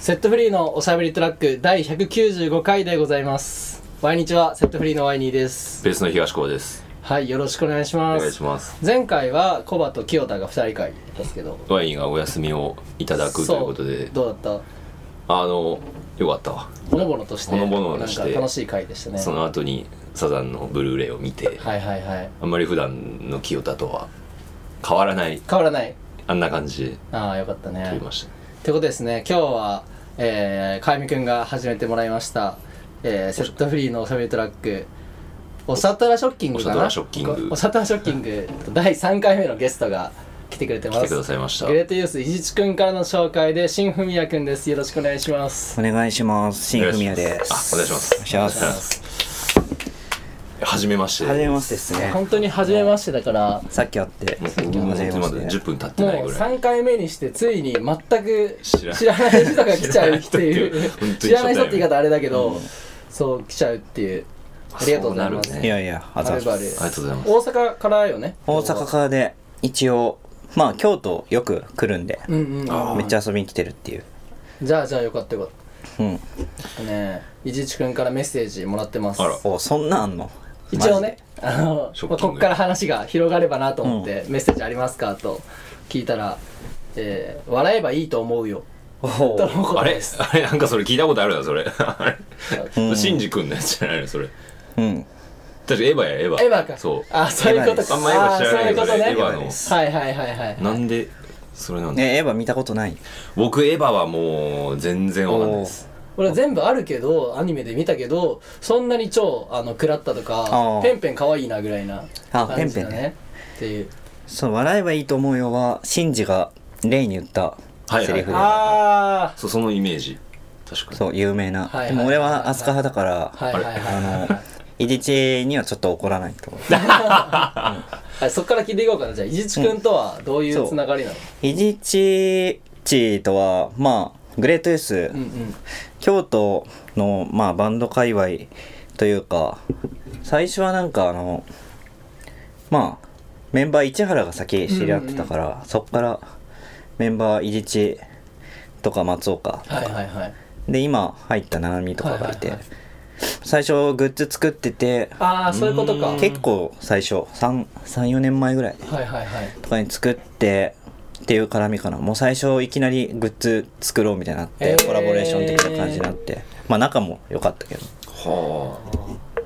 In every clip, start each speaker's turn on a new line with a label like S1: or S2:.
S1: セットフリーのおしゃべりトラック第195回でございます。毎日はセットフリーのワイニーです。
S2: ベースの東高です。
S1: はい、よろしくお願いし
S2: お
S1: ま
S2: 願い
S1: す。
S2: します。
S1: 前回はコバと清田が2人会ですけど。
S2: ワインがお休みをいただくということ
S1: そ
S2: で、
S1: どうだっ
S2: あの、よかったわ。
S1: たほのぼのとして、
S2: ほのぼのとして
S1: なんか楽しい回でしたね。
S2: その後にサザンのブルーレイを見て、
S1: はいはいはい。
S2: あんまり普段の清田とは変わらない、
S1: 変わらない。
S2: あんな感じで
S1: ああ、よかったね。
S2: 撮りました。
S1: ということですね今日は、えー、かゆみくんが始めてもらいました、えー、セットフリーのおしゃべりトラックおさたらショッキングかな
S2: おさたらショッキング
S1: おさたらショッキング第3回目のゲストが来てくれてます
S2: 来てくださいました
S1: グ。レートユース伊地知くんからの紹介で新文也くんですよろしくお願いします
S3: お願いします。新文也で
S2: あ、
S3: す。
S2: お願いしま
S3: お願い
S2: す。
S3: しま。
S1: お願いしますす
S2: はじめまして。
S3: はじめましてですね。
S1: 本当に初めましてだから
S3: さっき会って、
S2: も
S3: はじ
S2: う
S3: め
S2: もう
S3: ま
S2: まだ
S3: して
S2: 10。分経ってない
S1: もう
S2: ぐらい。
S1: 3回目にしてついに全く
S2: 知らない
S1: 知らない人が来ちゃうっていう
S2: 知らない人っていう本当に
S1: 知らない人って言い方あれだけど、そう来ちゃうっていうありがとうございます
S2: そうなるね
S3: いやいや、あ
S1: は
S3: ざ
S1: る
S3: ます
S1: ばる
S2: ありがとうございます
S1: 大阪からよね
S3: 大阪からで、一応、まあ、京都よく来るんで、
S1: うんうん
S3: めっちゃ遊びに来てるっていう。
S1: じゃあじゃあよかったよかっ
S3: うん。
S1: たね伊地知くんからメッセージもらってます
S2: あら
S3: お、そんなんあんの
S1: 一応ね。あの、
S2: ショッキン
S1: まあ、
S2: グ
S1: ここから話が広がればなと思って、メッセージありますかと聞いたら、えー笑えばいいと思うよ
S3: マジでお
S1: と
S3: ー
S1: のこと
S2: あ
S1: で
S2: れ
S1: す
S2: あれなんかそれ聞いたことあるな、それ。あ
S3: う
S2: れ
S3: ん
S2: シンジ君のやつじゃないの、それ。
S3: うん。
S2: 確かエヴァや、エヴァ。
S1: エヴァか
S2: そう。
S1: あそういうことか
S2: あんまエヴァ知らないけど
S1: あーそういうこ
S2: エヴ
S1: と
S2: ァ
S1: ね
S2: の
S1: はいはいはいはい
S2: なんでそれなんだ、
S3: ね、エヴァ見たことない。
S2: 僕エヴァはもう全然わかんないです
S1: 俺全部あるけどアニメで見たけどそんなに超あの食らったとか
S3: あー
S1: ペンペン可愛いなぐらいな
S3: あ
S1: 感じだ
S3: ペンペン
S1: ねっていう
S3: そう、笑えばいいと思うよは、シンジがレイに言った
S2: はい
S3: セリフで、
S1: ああ
S2: そうそのイメージ確かに
S3: そう、有名な。
S1: はいはい
S3: でも俺は飛鳥派だから、
S1: はいはいはい
S3: あ
S1: はい
S3: の、イデチにはちょっと怒らないと思う。
S1: はい、そこから聞いていこうかなじゃあ伊地知君とはどういうつながりなの、
S3: イジチチとはまあグレートエース、
S1: うん、うん
S3: 京都の、まあ、バンド界隈というか最初はなんかあのまあメンバー市原が先知り合ってたから、そっからメンバーイジチとか松岡
S1: はいはいはい
S3: で今入った七海とかがいて、
S1: はいはい
S3: 最初グッズ作ってて
S1: ああそういうことか
S2: うん
S1: はい
S3: 結構最初34年前ぐらい
S1: はいはい
S3: とかに作ってっていう絡みかなもう最初いきなりグッズ作ろうみたいになって、
S1: えー
S3: コラボレーション的な感じになってまあ仲も良かったけど
S2: は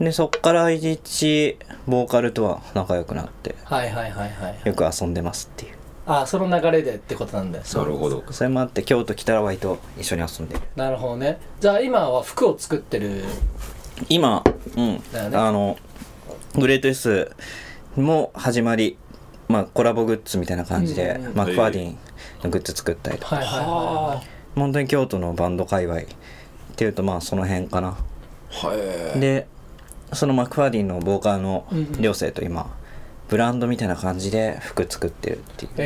S3: でそっからいじっちボーカルとは仲良くなって
S1: はいはいはいはい
S3: よく遊んでますっていう
S1: ああその流れでってことなんだよ
S2: あなるほど
S3: それもあって京都来たら割と一緒に遊んでる
S1: なるほどねじゃあ今は服を作ってる
S3: 今うん、
S1: だよね
S3: あのグレート S も始まりまあコラボグッズみたいな感じで、
S1: うんうんうん
S3: まあクワディンのグッズ作ったりとか
S1: はいはいは
S3: 本当に京都のバンド界隈っていうとまあその辺かな
S2: はい
S3: でそのマクファーディンのボーカルの
S1: うんうん
S3: 寮生と今、ブランドみたいな感じで服作ってるっていう
S1: いへ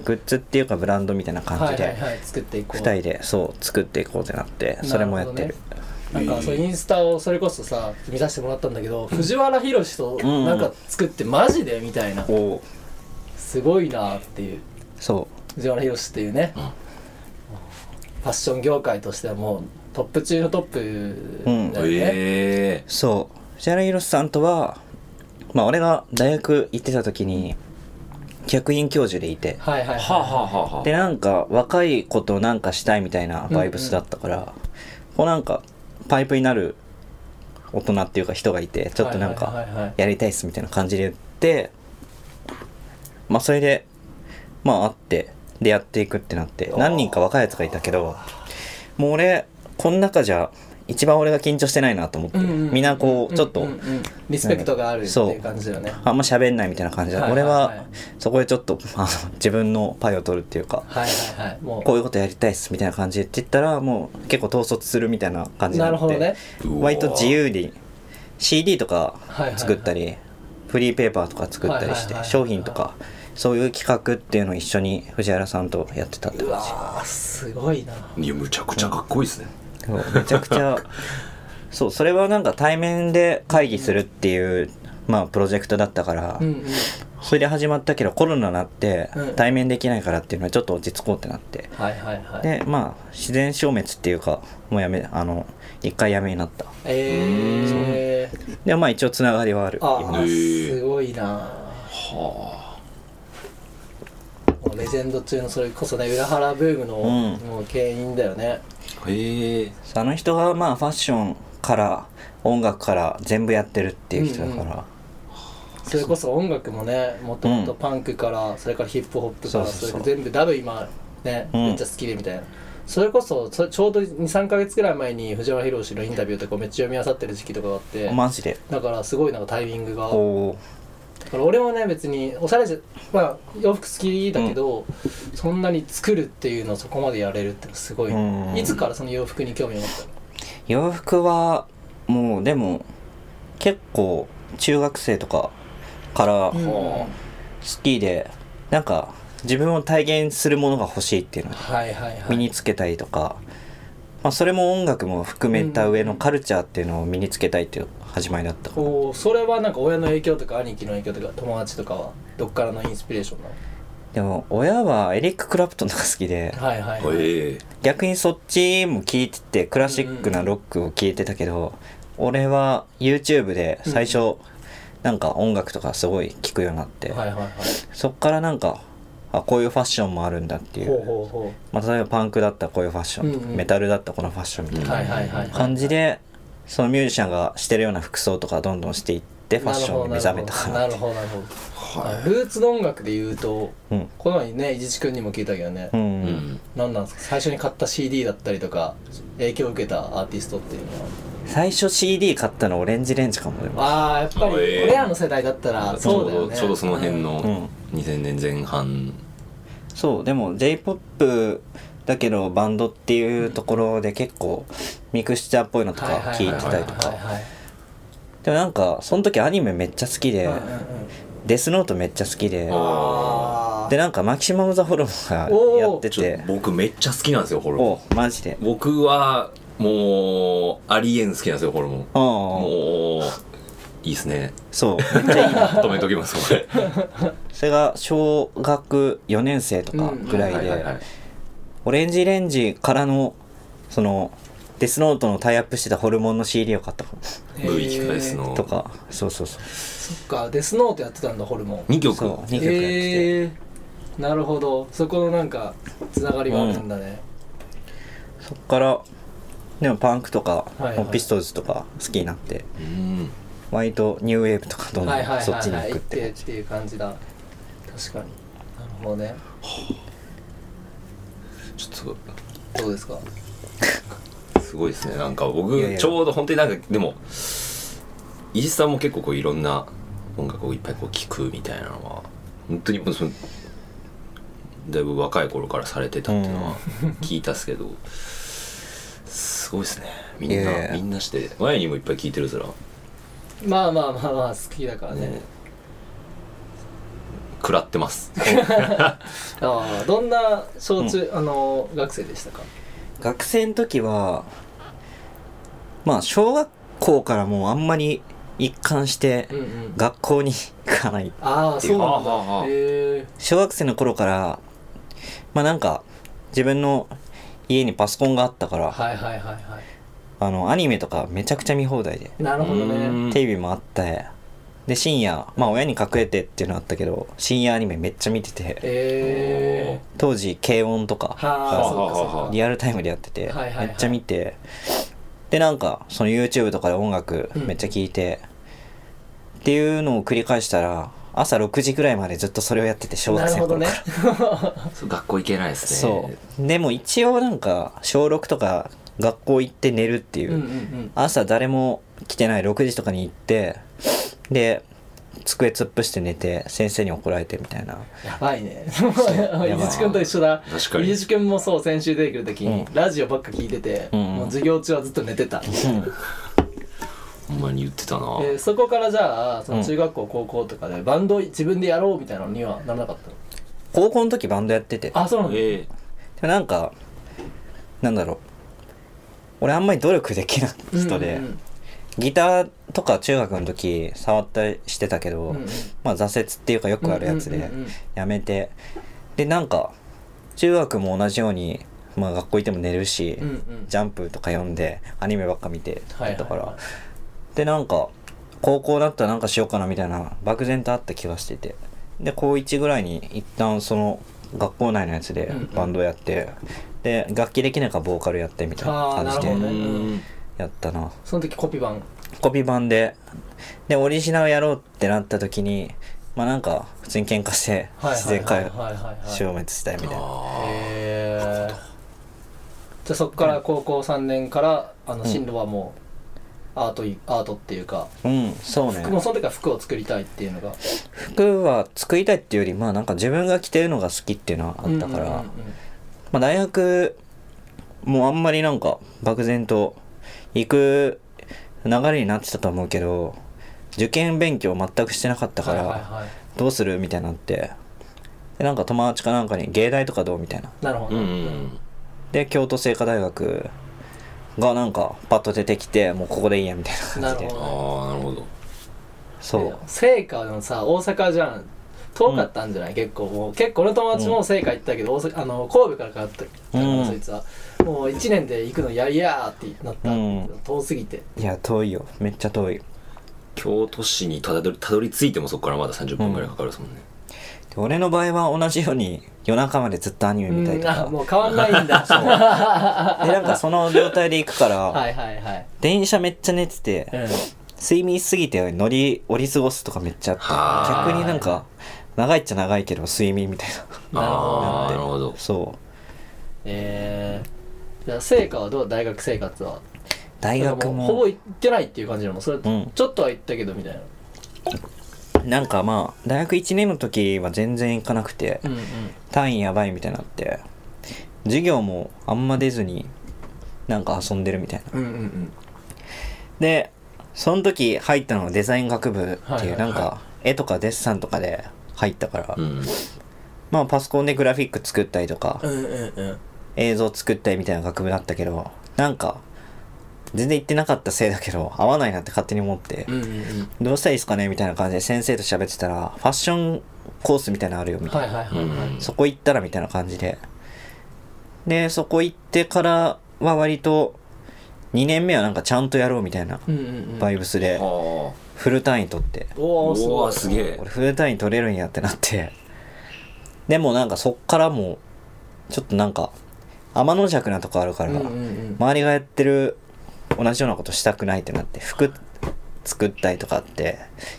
S1: え
S3: グッズっていうかブランドみたいな
S1: ー、
S3: 感
S1: はい
S3: じ
S1: はい
S3: で
S1: はい作っていこう
S3: 2人でそう作っていこうってなってそれもやってる
S1: なんかそうインスタをそれこそさ見させてもらったんだけど藤原宏と
S3: んうん
S1: なんか作ってマジでみたいな
S3: おう
S1: すごいなっていう
S3: そ
S1: 藤原宏っていうねファッション業界としてはもうトップ中のトップだよね、
S2: ええ
S3: うそう藤原宏さんとはまあ俺が大学行ってた時に客員教授でいて
S1: はいはいはい、
S2: はあ、はあはあは
S3: でなんか若い子となんかしたいみたいなバイブスだったから、こうなんかパイプになる大人っていうか人がいてちょっとなんか、
S1: はいはいはいはい
S3: やりたいっすみたいな感じで言ってまあそれでまあ会ってでやっていくってなって何人か若いやつがいたけどもう俺この中じゃ一番俺が緊張してないなと思って、
S1: うんうんうん
S3: みんなこうちょっと、
S1: うんうんうんリスペクトがあるっていう感じだよね
S3: あんま喋んないみたいな感じで、
S1: はいはいはい
S3: 俺はそこでちょっと あの自分のパイを取るっていうか
S1: はいはいはいもう
S3: こういうことやりたいっすみたいな感じで言ったらもう結構統率するみたいな感じにな
S1: な
S3: って
S1: るほどね
S3: 割と自由に CD とか
S1: はいはいはい
S3: 作ったりフリーペーパーとか作ったり
S1: はい
S3: し
S1: はいはいは
S3: て
S1: い
S3: 商品とかそういう企画っていうのを一緒に藤原さんとやってたって
S1: う
S3: 感
S1: わーすごいない
S2: やむちゃくちゃかっこいいですね
S3: じそうめちゃく ちゃそうそれはなんか対面で会議するっていうまあプロジェクトだったから
S1: うんうん
S3: それで始まったけどコロナになって
S1: うん
S3: 対面できないからっていうのはちょっと落ち着こうってなって
S1: はいはいはい
S3: でまあ自然消滅っていうかもうやめあの一回やめになった
S1: えー
S3: でまあ一応つながりはある
S1: あ
S3: 今
S1: あ
S2: えー
S1: すごいなもうレジェンド中のそれこそね裏原ブームの、
S3: うん
S1: もう牽引だよね
S2: へえ
S3: その人がまあファッションから音楽から全部やってるっていう人だから、
S1: うんうんそれこそ音楽もねもともとパンクから、それからヒップホップから
S3: そうそうそう
S1: それ全部ダブ今ね、
S3: うん
S1: めっちゃ好きでみたいなそれこそそちょうど23か月ぐらい前に藤原宏のインタビューとかめっちゃ読み漁ってる時期とかがあって
S3: マジで
S1: だからすごいなんかタイミングが
S3: おお
S1: だから俺もね別におしゃれじゃまあ洋服好きだけど、そんなに作るっていうのをそこまでやれるってのすごい、
S3: うん
S1: いつからその洋服に興味を持ったの
S3: 洋服はもうでも結構中学生とかから
S1: うん
S3: 好きで、なんか自分を体現するものが欲しいっていうのを
S1: はいはいはい
S3: 身につけたりとか、まあ、それも音楽も含めた上のカルチャーっていうのを身につけたいっていう始まりだったから、
S1: おーそれはなんか親の影響とか兄貴の影響とか友達とかはどっからのインスピレーションなの
S3: でも親はエリック・クラプトンとか好きで
S1: はいはいはい、
S2: へえ
S3: 逆にそっちも聞いててクラシックなロックを聞いてたけど、俺は YouTube で最初、なんか音楽とかすごい聞くようになって、
S1: はいはいはい
S3: そっからなんかあこういうファッションもあるんだっていう
S1: ほうほうほ
S3: まあ、例えばパンクだったらこういうファッションとか、
S1: うんうん
S3: メタルだったらこのファッションみたいうな
S1: はいはいはいはい
S3: 感じでそのミュージシャンがしてるような服装とかどんどんしていってファッションに目覚めたか
S1: な
S3: ら
S1: るほどなるほどなる
S2: は
S1: ほどルーツの音楽で言うと
S3: うん
S1: この前ね伊地知君にも聞いたけどね、
S3: うん、
S2: いうん
S1: 何なんですか最初に買った CD だったりとか影響を受けたアーティストっていうのは
S3: 最初 CD 買ったのオレンジレンジかもでも
S1: あーやっぱり
S2: あえー
S1: 俺らの世代だったらそうだよね
S2: ちょうどちょうどその辺
S1: うん
S3: うん
S2: の2000年前半
S3: そうでも j p o p だけどバンドっていうところで結構ミクスチャーっぽいのとか
S1: はいはい
S3: 聞いてたりと
S1: はい
S3: か
S1: はいはい
S3: でもなんかその時アニメめっちゃ好きで、
S1: うんうんうん
S3: デスノートめっちゃ好きで
S1: あー
S3: でなんかマキシマム・ザ・ホルモンが
S1: おー
S3: やって
S2: ちょっと
S3: て
S2: 僕めっちゃ好きなんですよホルモン
S3: おマジで
S2: 僕はもうありえん好きなんですよホルモン
S3: ああ
S2: もういいっすね
S3: そうめっちゃいいな
S2: 止めときますこれ
S3: それが小学4年生とかぐらい
S2: はいはいは
S3: で
S2: い
S3: オレンジレンジからのそのデスノートのタイアップしてたホルモンの CD を買ったか
S1: えー
S2: V キクライスの
S3: とかそうそうそう
S1: そっかデスノートやってたんだホルモン
S2: 2曲
S3: そう2曲やってて
S1: えー、なるほどそこのなんかつながりがあるんだね、
S3: そっからでもパンクとか
S1: はいはい
S3: ピストルズとか好きになって
S2: うん
S3: 割とニューウェーブとかどんど
S1: はいはい
S3: ん
S1: はい
S3: そっちに
S1: はい
S3: 行
S1: 行
S3: くっ
S1: ってて
S3: 感
S1: っ
S3: じ
S1: ていう感じだ確かになるほどね
S2: ちょっ
S1: どうですか
S2: とすごいですねなんか僕
S3: いやいや
S2: ちょうど本当になんかでも伊地さんも結構こういろんな音楽をいっぱいこう聴くみたいなのは本当にもうそのだいぶ若い頃からされてたっていうのは聞いたっすけど、すごいですねみん
S3: いやい
S2: な
S3: や
S2: みんなして前にもいっぱい聴いてるずら
S1: まあまあまあまあ好きだからね
S2: ね食らって ます
S1: ああどんな小中、あの学生でしたか
S3: 学生の時はまあ小学校からもうあんまり一貫して
S1: うんうん
S3: 学校に行かない
S1: ああそうなん
S2: はあは
S1: だ
S2: あ
S1: へえ
S3: 小学生の頃からまあなんか自分の家にパソコンがあったから
S1: はいはいはいは
S3: あのアニメとかめちゃくちゃ見放題で
S1: いなるほどね
S2: うん
S3: テレビもあってで深夜まあ親に隠れてっていうのあったけど深夜アニメめっちゃ見てて
S1: ええ
S3: 当時軽音とか
S1: はあそうか
S2: はあはあ
S1: そ
S2: は
S1: う
S2: あ
S1: か
S3: リアルタイムでやってて、
S1: はいはいはい
S3: めっちゃ見てでなんかその YouTube とかで音楽
S1: うん
S3: めっちゃ聴いて、っていうのを繰り返したら朝6時ぐらいまでずっとそれをやってて小
S1: な
S3: 学
S1: る
S3: 生
S1: ほ
S3: の
S1: ど
S3: 頃か
S1: ね
S3: ら、
S2: そう学校行けないですね
S3: そうでも一応なんか小6とか学校行って寝るっていうう、
S1: んうんうん
S3: 朝誰も来てない6時とかに行ってで机突っ伏して寝て先生に怒られてみた いな
S1: やばいね。
S3: ばい
S1: 伊地知君と一緒だ。
S2: 確かに
S1: 伊地知君もそう、先週出てくるときに、
S3: う
S1: ラジオばっか聞いてて、
S3: うん
S1: もう授業中はずっと寝てた。
S2: ほんまに言ってたな、
S1: えーそこからじゃあ、その中学校、高校とかで、バンド自分でやろうみたいなのにはならなかったの
S3: 高校の時バンドやってて
S1: あ、そうなんだ。
S2: え
S3: でもなんかなんだろう俺あんまり努力できない人で、
S1: うんうんうん
S3: ギターとか中学の時触ったりしてたけど、
S1: うん
S3: まあ挫折っていうかよくあるやつ
S1: うんうん
S3: で
S1: うんうん
S3: やめてでなんか中学も同じように、まあ、学校行っても寝るし、
S1: うんうん
S3: ジャンプとか読んでアニメばっか見てだったか
S1: は
S3: ら、
S1: いはいは
S3: でなんか高校だったらなんかしようかなみたいな漠然とあった気がしててで高1ぐらいに一旦その学校内のやつで
S1: うんうん
S3: バンドやって、で楽器できないからボーカルやってみたいな感じ
S1: あーなるほど
S3: で
S1: ねうん
S3: やったな
S1: その時コピー版
S3: コピー版ででオリジナルやろうってなった時にまあなんか普通に喧嘩して
S1: はい
S3: 自
S1: はいはい
S3: 然界
S1: はいはいはい
S3: 消滅したいみたいな
S1: へえじゃあそこから高校3年からあの進路はもうアートいアートっていうか
S3: うんそうね
S1: 服もその時から服を作りたいっていうのが
S3: 服は作りたいっていうよりまあなんか自分が着てるのが好きっていうのはあったから、
S1: うんうんうんうん
S3: まあ、大学もあんまりなんか漠然と行く流れになってたと思うけど受験勉強全くしてなかったか
S1: はい
S3: ら
S1: はいはい
S3: どうするみたいになってでなんか友達かなんかに芸大とかどうみたいな
S1: なるほ
S2: う
S1: ど
S2: ん
S1: う
S2: うんん
S3: で京都精華大学がなんかパッと出てきてもうここでいいやみたいな
S1: な
S3: 感
S1: る
S3: じで
S1: ほ
S2: あ
S1: ど
S2: あなるほど
S3: そう
S1: 聖火のさ大阪じゃん遠かったんじゃない、結構もう結構俺の友達も聖火行ったけど、大阪あの神戸から帰ってきたから、
S3: うん
S1: そいつはもう1年で行くのやりやーってなった、
S3: うん
S1: 遠すぎて
S3: いや遠いよめっちゃ遠い
S2: 京都市にたどりたどり着いてもそこからまだ30分ぐらいかかるですもんね、
S3: で俺の場合は同じように夜中までずっとアニメ見たりと
S1: うんあ
S3: か
S1: もう変わんないん だ
S3: でなんかその状態で行くから、
S1: はいはいはい、
S3: 電車めっちゃ寝てて、
S1: うん、
S3: 睡眠しすぎて乗り降り過ごすとかめっちゃあっ
S2: は
S3: て
S2: あ
S3: 逆になんか長いっちゃ長いけど睡眠みたい
S1: なるほど
S2: ああなるほど
S3: な そう
S1: えー、じゃあ聖火はどう大学生活は
S3: 大学
S1: なんかう
S3: も
S1: ほぼ行ってないっていう感じなのそれ、
S3: ん
S1: ちょっとは行ったけどみたいな
S3: なんかまあ大学1年の時は全然行かなくて
S1: うんうん
S3: 単位やばいみたいになって授業もあんま出ずになんか遊んでるみたいな
S1: うんうんうん
S3: でその時入ったのがデザイン学部っ
S1: は
S3: て
S1: いはいはい
S3: いうなんか絵とかデッサンとかで入ったから
S2: うん
S3: まあパソコンでグラフィック作ったりとか
S1: うんうんうん
S3: 映像作ったりみたいな学部だったけどなんか全然行ってなかったせいだけど合わないなって勝手に思って、
S1: うんうんうん
S3: どうしたらいいですかねみたいな感じで先生と喋ってたらファッションコースみたいなのあるよみたいな、
S1: はいはいはいはい、
S3: そこ行ったらみたいな感じででそこ行ってからは割と2年目はなんかちゃんとやろうみたいな
S1: うんうんうん
S3: バイブスで
S2: は
S3: フル単位取って
S2: あ
S1: おおす
S2: お
S1: ご
S2: ー
S1: い
S2: すげえ
S3: 俺フル単位取れるんやってなってでもなんかそっからもうちょっとなんか天の弱なとこあるから、
S1: うんうんうん
S3: 周りがやってる同じようなことしたくないってなって服作ったりとかって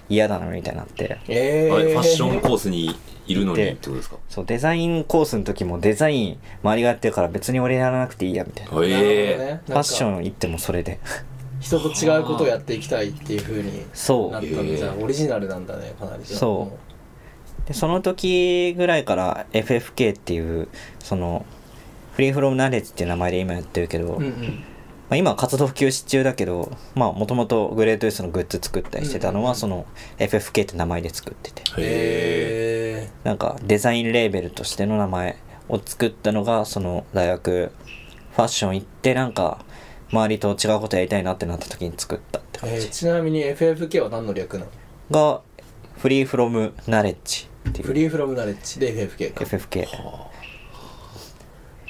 S3: 嫌だなみたいになって
S1: え
S2: あれ
S1: ー、
S2: ファッションコースにいるのにってことですか
S3: そうデザインコースの時もデザイン周りがやってるから別に俺やらなくていいやみたいなフ
S1: な
S2: え
S1: るほどね
S2: え
S1: なんか
S3: ァッション行ってもそれで
S1: 人と違うことをやっていきたいっていうふうに
S3: そ
S1: なっ
S3: う
S1: たんでじゃあオリジナルなんだねかなりじゃあ
S3: そうでその時ぐらいから FFK っていうそのフリーフロムナレッジっていう名前で今やってるけど、
S1: うんう
S3: ま
S1: ん
S3: あ、今は活動休止中だけどまあもともとグレートイーストのグッズ作ったりしてたのはその FFK って名前で作ってて
S2: へえ
S1: へえ
S3: なんかデザインレーベルとしての名前を作ったのがその大学ファッション行ってなんか周りと違うことやりたいなってなった時に作ったって
S1: え
S3: 感じ
S1: ーちなみに FFK は何の略なの
S3: がフリーフロムナレッジって
S1: フ
S3: いう
S1: リーフロムナレッジで FFK か
S3: FFK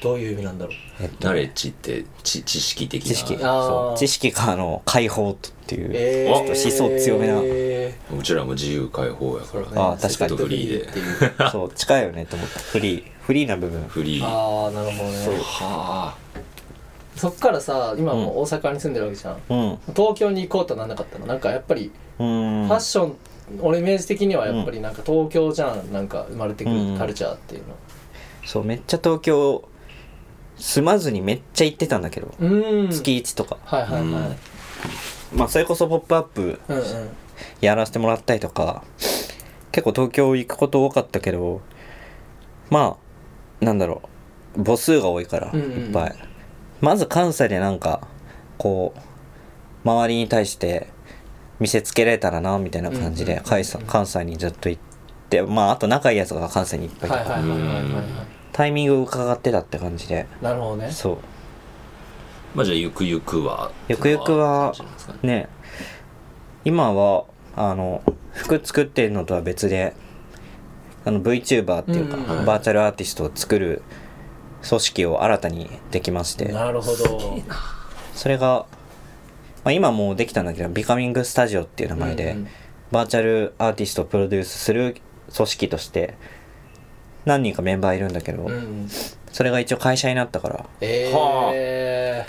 S1: どういう意味なんだろう
S2: ナレッジって知知識的な
S3: 知識
S1: あー
S3: そう知識かあの解放っていう、
S1: え
S2: ち
S1: ー、
S2: ょっと
S3: 思想強めな
S1: え
S2: うちらも自由開放やから
S1: そう
S3: あー確かに
S2: セットフリーで
S1: っていう
S3: そう近いよねと思ったフリーフリーな部分
S2: フリーは
S1: ああなるほどね
S2: あ
S1: そっからさ今もう大阪に住んでるわけじゃん、
S3: うん
S1: 東京に行こうとはなんなかったのなんかやっぱり
S3: うん
S1: ファッション、俺イメージ的にはやっぱりなんか東京じゃんなんか生まれてく
S3: うん
S1: るカルチャーっていうの
S3: そうめっちゃ東京住まずにめっちゃ行ってたんだけど、
S1: うん
S3: 月1とか
S1: はいはいはい
S3: まあそれこそ「ポップアップ
S1: うんうん
S3: やらせてもらったりとか結構東京行くこと多かったけどまあなんだろう母数が多いから
S1: う
S3: い
S1: んうんうん
S3: っぱい、まず関西でなんかこう周りに対して見せつけられたらなみたいな感じ
S1: うん
S3: で
S1: うんうん
S3: 関西関西にずっと行ってまああと仲いいやつが関西にいっぱ
S1: はいい
S3: いた
S1: は
S3: か
S1: い
S3: ら、
S1: はいはいはいは
S2: う
S1: い
S2: ん
S3: タイミングを伺ってたって感じで
S1: なるほどね
S3: そう
S2: まあじゃあゆくゆくは
S3: ゆくゆくは
S2: っていうの感じなんですかね
S3: ね今はあの服作ってるのとは別であの VTuber っていうか、
S1: うん
S3: バーチャルアーティストを作る組織を新たにできまして
S4: なるほど
S3: それが、まあ、今もうできたんだけどビカミングスタジオっていう名前で、
S1: うんうん
S3: バーチャルアーティストをプロデュースする組織として何人かメンバーいるんだけど、
S1: うん
S3: それが一応会社になったから
S1: え
S2: は
S1: え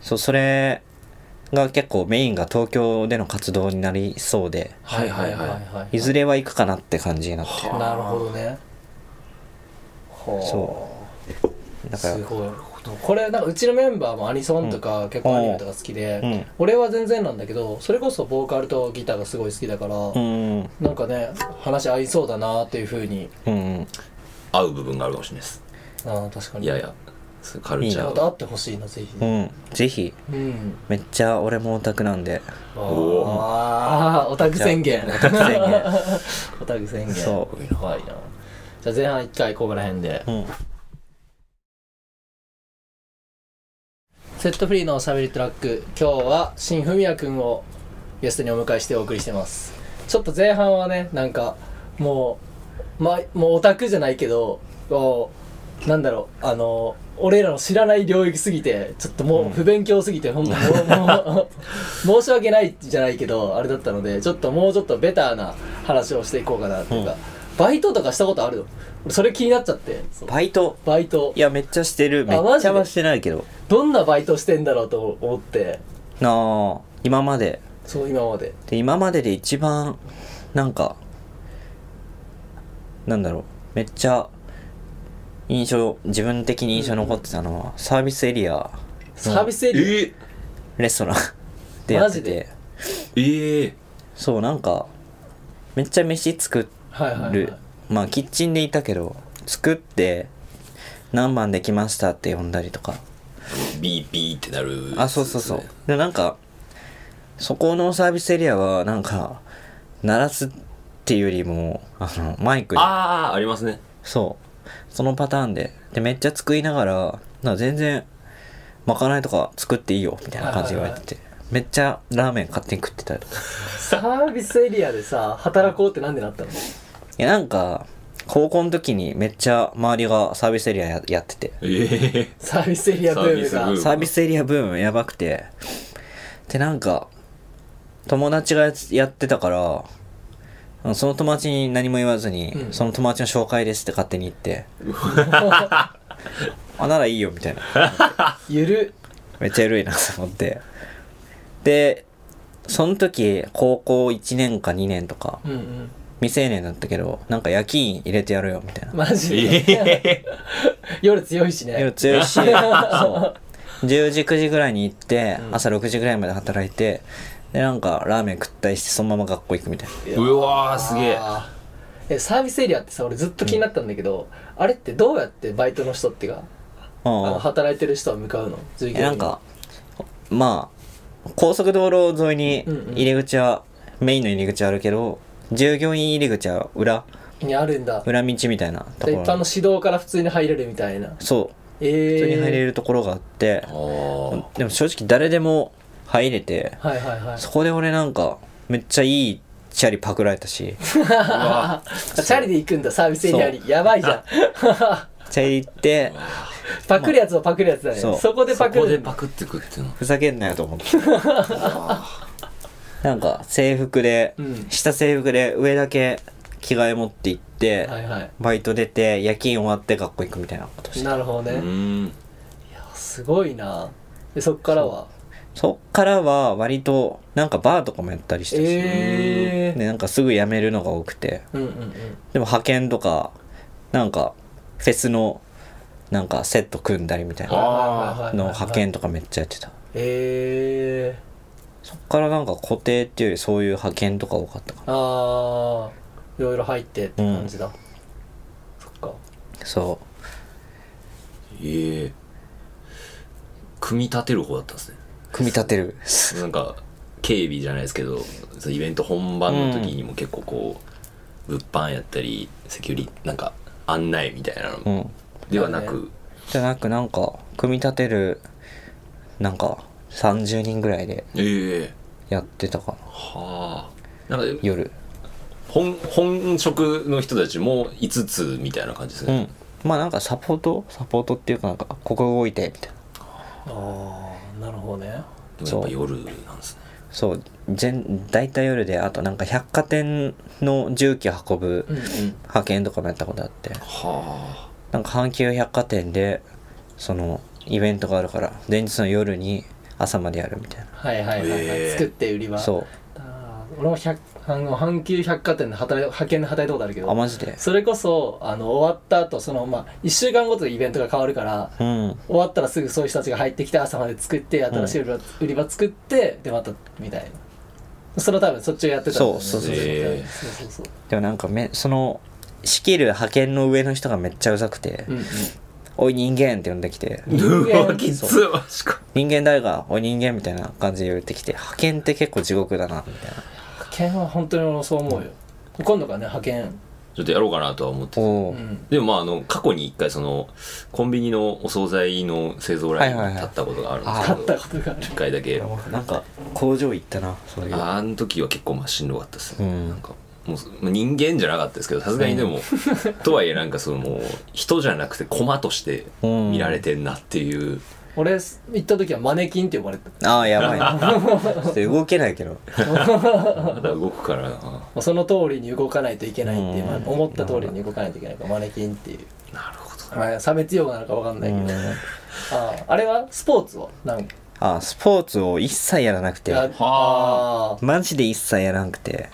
S3: そうそれが結構メインが東京での活動になりそうで
S2: はいはいはい
S3: いずれは行くかなって感じになってる
S1: なるほどねほう
S3: そだか
S1: す
S3: ら
S1: ごいこれなんかうちのメンバーもアニソンとか結構アニメとか好きで、
S3: うん
S1: 俺は全然なんだけどそれこそボーカルとギターがすごい好きだから、
S3: うん
S1: なんかね話合いそうだなっていうふうに
S3: うん
S2: 合う部分があるかもしれないです
S1: あー確かに
S2: いやいやそういうカルチャ
S1: ま
S2: ー
S1: た
S2: は
S1: 会ってほしいなぜひ
S3: う
S1: ね
S3: んぜひ
S1: うん、
S3: めっちゃ俺もオタクなんで
S2: おー
S1: ああオタク宣言
S3: オタク宣言
S1: オタク宣言
S3: そ
S1: 怖いなじゃあ前半1回ここら辺で
S3: うん
S1: セットフリーのおしゃべりトラック今日は新文也くんをゲストにお迎えしてお送りしてますちょっと前半はねなんかもう、ま、もうオタクじゃないけどこうなんだろうあの俺らの知らない領域すぎてちょっともう不勉強すぎて、ほんともうもう 申し訳ないじゃないけどあれだったのでちょっともうちょっとベターな話をしていこうかなっていうか、
S3: うん
S1: バイトとかしたことあるの俺それ気になっちゃってそう
S3: バイト
S1: バイト
S3: いやめっちゃしてるめ
S1: あマジ
S3: っち
S1: で
S3: ゃはしてないけど
S1: どんなバイトしてんだろうと思って
S3: なあ今まで
S1: そう今まで
S3: で今までで一番なんかなんだろうめっちゃ印象自分的に印象残ってたのは、サービスエリア
S1: サービスエリア、
S2: え
S3: レストランでやって
S1: マジで
S3: て
S2: ー、ええ
S3: そうなんかめっちゃ飯作
S1: はいはい、
S3: る、
S1: はい、
S3: まあキッチンでいたけど作って何番できましたって呼んだりとか
S2: ビービーってなる
S3: あそうそうそうでなんかそこのサービスエリアはなんか鳴らすっていうよりもあのマイクで
S2: ああありますね
S3: そうそのパターンででめっちゃ作りながらなんか全然まかないとか作っていいよみたいな感じで言われててめっちゃラーメン勝手に食ってたりとか
S1: サービスエリアでさ働こうってなんでなったの
S3: いやなんか高校の時にめっちゃ周りがサービスエリアややってて
S2: ええ
S1: サービスエリアブーム
S2: サ
S1: が
S2: ービスブーム
S3: サービスエリアブームやばくてでなんか友達がやつやってたからあのその友達に何も言わずに、
S1: うん
S3: その友達の紹介ですって勝手に言って あならいいよみたいな
S1: ゆる
S3: めっちゃ緩いなと思ってでその時高校1年か2年とか
S1: うんうん
S3: 未成年だったけどなんか夜勤入れてやるよみたいな
S1: マジで、
S2: え
S1: 夜強いしね
S3: 夜強いしそう10時9時ぐらいに行って、
S1: うん
S3: 朝6時ぐらいまで働いてでなんかラーメン食ったりしてそのまま学校行くみたいな
S2: えうわーすげえ
S1: あーえサービスエリアってさ俺ずっと気になったんだけど、あれってどうやってバイトの人ってかあの
S3: あ
S1: 働いてる人は向かうの従業員
S3: なんかまあ高速道路沿いに
S1: うんうん
S3: 入り口は、メインの入り口はあるけど従業員入り口は裏
S1: にあるんだ
S3: 裏道みたいなと
S1: で
S3: こ
S1: 一般
S3: ろ
S1: の指導から普通に入れるみたいな
S3: そ
S1: え
S3: う
S1: ー、
S3: 普通に入れ
S1: る
S3: るところがあって、
S2: ー
S3: でも正直誰でも入れて
S1: はいはいはい
S3: そこで俺なんかめっちゃいいチャリパクられたし
S1: あチャリで行くんだサービスエリアにやばいじゃん
S3: チャリ 行って
S1: パクるやつはパクるやつだね
S3: そ
S1: そうこでパク
S2: そこで
S1: る
S2: パクってくっていうの
S3: ふざけんなよと思って なんか制服で、
S1: うん
S3: 下制服で上だけ着替え持って行って、
S1: はいはい
S3: バイト出て夜勤終わって学校行くみたいなことして
S1: なるほどね、
S2: うーん
S1: すごいなでそっからは
S3: そっからは割となんかバーとかもやったりしてし、
S1: ええ
S3: でなんかすぐ辞めるのが多くて
S1: うんうんうん
S3: でも派遣とかなんかフェスのなんかセット組んだりみたいな
S2: あー
S1: はいはいはいはい
S3: の派遣とかめっちゃやってた
S1: ええ
S3: そっからなんか固定っていうよりそういう派遣とか多かったか
S1: ああいろいろ入ってって感じだ、そっか
S3: なそ
S2: ええ組み立てる方だったんですね
S3: う組み立てる
S2: なんか警備じゃないですけどそのイベント本番の時にも結構こう、物販やったりセキュリなんか案内みたいな
S3: う
S2: の
S3: ん
S2: ではなく、
S3: じゃなくなんか組み立てるなんか30人ぐらいで
S2: ええ
S3: やってたかな
S2: はあなんか
S3: 夜
S2: 本本職の人たちも5つみたいな感じです
S3: う
S2: ね
S3: ん、まあなんかサポートサポートっていうかなんかここ動いてみたいな
S1: ああなるほどね
S2: でもやっぱ夜なんですね
S3: そう全大体夜であとなんか百貨店の重機運ぶ
S1: うん
S3: 派遣とかもやったことあって
S2: は
S3: なんか阪急百貨店でそのイベントがあるから前日の夜に朝までやるみたい
S1: はいはいはい、はい
S2: えー
S1: 作って売り場
S3: なそ
S1: あー俺も百あの阪急百貨店で働い派遣で働いたことあるけ
S3: うあ
S1: ど
S3: マジで
S1: それこそあの終わった後そのまあ1週間ごとでイベントが変わるから
S3: うん
S1: 終わったらすぐそういう人たちが入ってきて朝まで作って新しい売り場,、売り場作ってでまたみたいなそれは多分そっちをやってたんだよね
S3: そうそ
S2: そ
S3: う
S2: うそう
S1: えーそうそうそう
S3: でもなんかめその仕切る派遣の上の人がめっちゃうざくて
S1: うん
S3: 「おい人間」って呼んできて
S2: あ
S1: 間
S2: うわきついマジか
S3: 「人間誰がおい人間」みたいな感じで言ってきて派遣って結構地獄だなみたいな
S1: 派遣は本当に俺そう思うよ今度からね派遣
S2: ちょっとやろうかなとは思ってて
S3: お
S1: う
S3: お
S1: ん
S2: でもまああの過去に一回そのコンビニのお惣菜の製造ラインに
S3: はいはいはい
S2: 立ったことがあるん
S1: あ
S2: で
S1: っ
S2: す
S1: たこと
S2: けど
S1: がある
S2: 一回だけあ
S3: なんか工場行ったなそういう
S2: ーあの時は結構まあしんどかったですね、
S3: うん
S2: なんかもうす人間じゃなかったですけどさすがにでも、 とはいえなんかそのもう人じゃなくて駒として見られてんなっていう、
S1: 俺行った時はマネキンって呼ばれてた
S3: ああ やばいなちょっと動けないけど
S2: まだ動くからな
S1: まあその通りに動かないといけないっていう、
S3: うん
S1: まあ思った通りに動かないといけないからマネキンっていう、
S2: なるほどな
S1: まあ、差別用語なのかわかんないけど、
S3: うん
S1: あああれはスポーツはなんか
S3: あスポーツを一切やらなくて
S1: ああ
S3: マジで一切やらなくて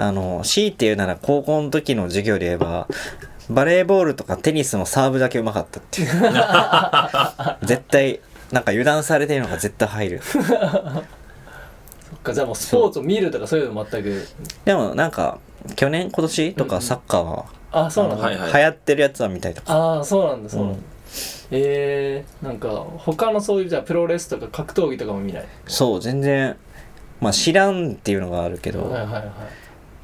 S3: あの強いて言うなら高校の時の授業で言えばバレーボールとかテニスのサーブだけうまかったってい う絶対なんか油断されてるのが絶対入る
S1: そっかじゃあもうスポーツを見るとかそういうの全く
S3: でもなんか去年今年とかサッカーは、
S1: あそうなんだ、
S2: はいはい
S3: 流行ってるやつは見たりとか
S1: ああそうなんだそうなんだ、
S3: うん
S1: えー、なんか他のそういうじゃあプロレスとか格闘技とかも見ない
S3: そう全然まあ知らんっていうのがあるけど、
S1: はいはいはい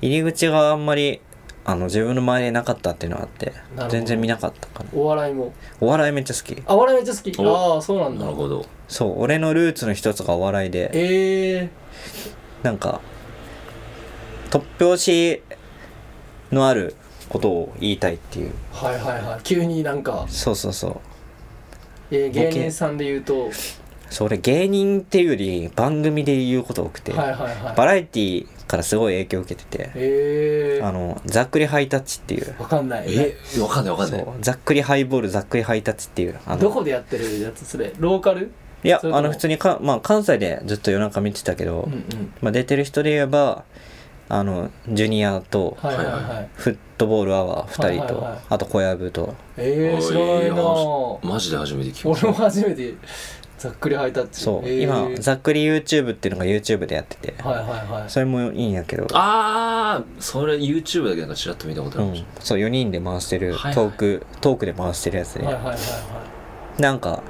S3: 入り口があんまりあの自分の周りになかったっていうのがあって
S1: ほど
S3: 全然見なかったかな
S1: お笑いも
S3: お笑いめっちゃ好き
S1: あお笑いめっちゃ好き
S2: お
S1: ああそうなんだ
S2: なるほど
S3: そう俺のルーツの一つがお笑いで
S1: ええ
S3: なんか突拍子のあることを言いたいっていう
S1: ー、はいはいはい急になんか、
S3: そうそうそう
S1: えー、芸
S3: ボケ
S1: 人さんで言うと
S3: それ芸人っていうより番組で言うこと多くて、
S1: はいはいはい
S3: バラエティーからすごい影響を受けてて
S1: え
S3: あ
S1: ー、
S3: のざっくりハイタッチっていう
S1: わかんない
S2: えわかんないわかん
S3: そ
S2: ないう
S3: ざっくりハイボールざっくりハイタッチっていうあの
S1: どこでやってるやつそれローカル
S3: いや
S1: それとも
S3: あの普通にか、まあ、関西でずっと夜中見てたけど、
S1: うんうん
S3: まあ、出てる人で言えばあのジュニアと
S1: はいはいはい、
S2: はい
S3: フットボールアワー2人と、
S1: はいはいはい
S3: あと小籔と
S1: えー、知らないな
S2: お
S1: ぁ
S2: マジで初めて聞い
S1: 俺も
S2: た
S1: 初めてざっくりハイタッチ
S3: そう、
S1: えー
S3: 今ざっくり YouTube っていうのが YouTube でやってて、
S1: はいはいはい
S3: それもいいんやけど、
S2: ああそれ YouTube だけなんかちらっと見たことあ
S3: う
S2: るかもし
S3: ん、そう4人で回してる
S2: はいはい
S3: トーク、トークで回してるやつで、
S1: はいはいはいはい
S3: なんか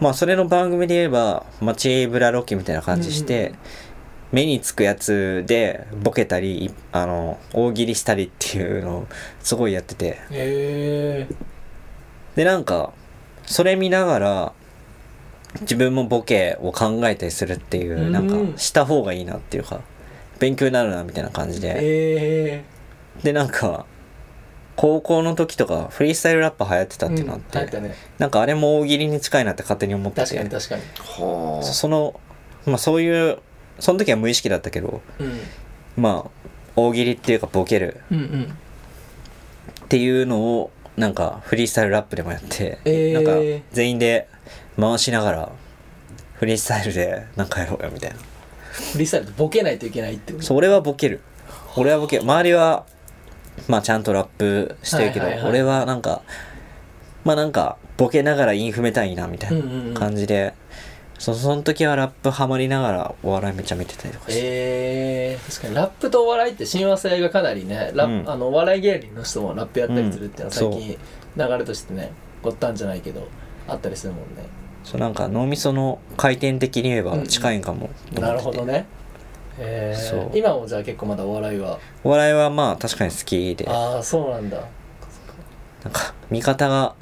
S3: まあそれの番組で言えば街ブラロケみたいな感じして、目につくやつでボケたりいあの大喜利したりっていうのをすごいやってて
S1: え
S3: でなんかそれ見ながら自分もボケを考えたりするっていう、
S1: うん
S3: なんかした方がいいなっていうか勉強になるなみたいな感じ
S1: ー、
S3: で、
S1: え
S3: でなんか高校の時とかフリースタイルラップ流行ってた
S1: ー、
S3: っていうのあって、
S1: うん、入ったね
S3: なんかあれも大喜利に近いなって勝手に思って
S1: 確かに
S3: て
S1: 確かに
S2: れないは
S3: そそのまあそういうその時は無意識だったけど
S1: うん
S3: まあ大喜利っていうかボケる
S1: うんうん
S3: っていうのをなんかフリースタイルラップでもやって、
S1: えー
S3: なんか全員で回しながらフリースタイルでなんかやろうよみたいな
S1: フリースタイルってボケないといけないってこと
S3: そう俺はボケる俺はボケる周りはまあちゃんとラップしてるけど、
S1: はいはいはい
S3: 俺はなんかまあなんかボケながらインフめたいなみたい
S1: うんうんうん
S3: な感じで、そその時はラップハマりながらお笑いめっちゃ見てたりとかして、
S1: えー、確かにラップとお笑いって親和性がかなりねラップ
S3: うん
S1: あのお笑い芸人の人もラップやったりするっていうのは
S3: う
S1: 最
S3: ん
S1: 近流れとしてねごったんじゃないけどあったりするもんね
S3: そうなんか脳みその回転的に言えば近いんかもと思ってて、
S1: なるほどねえー
S3: そう
S1: 今もじゃあ結構まだお笑いは
S3: お笑いはまあ確かに好きで
S1: ああそうなんだ
S3: なんか味方が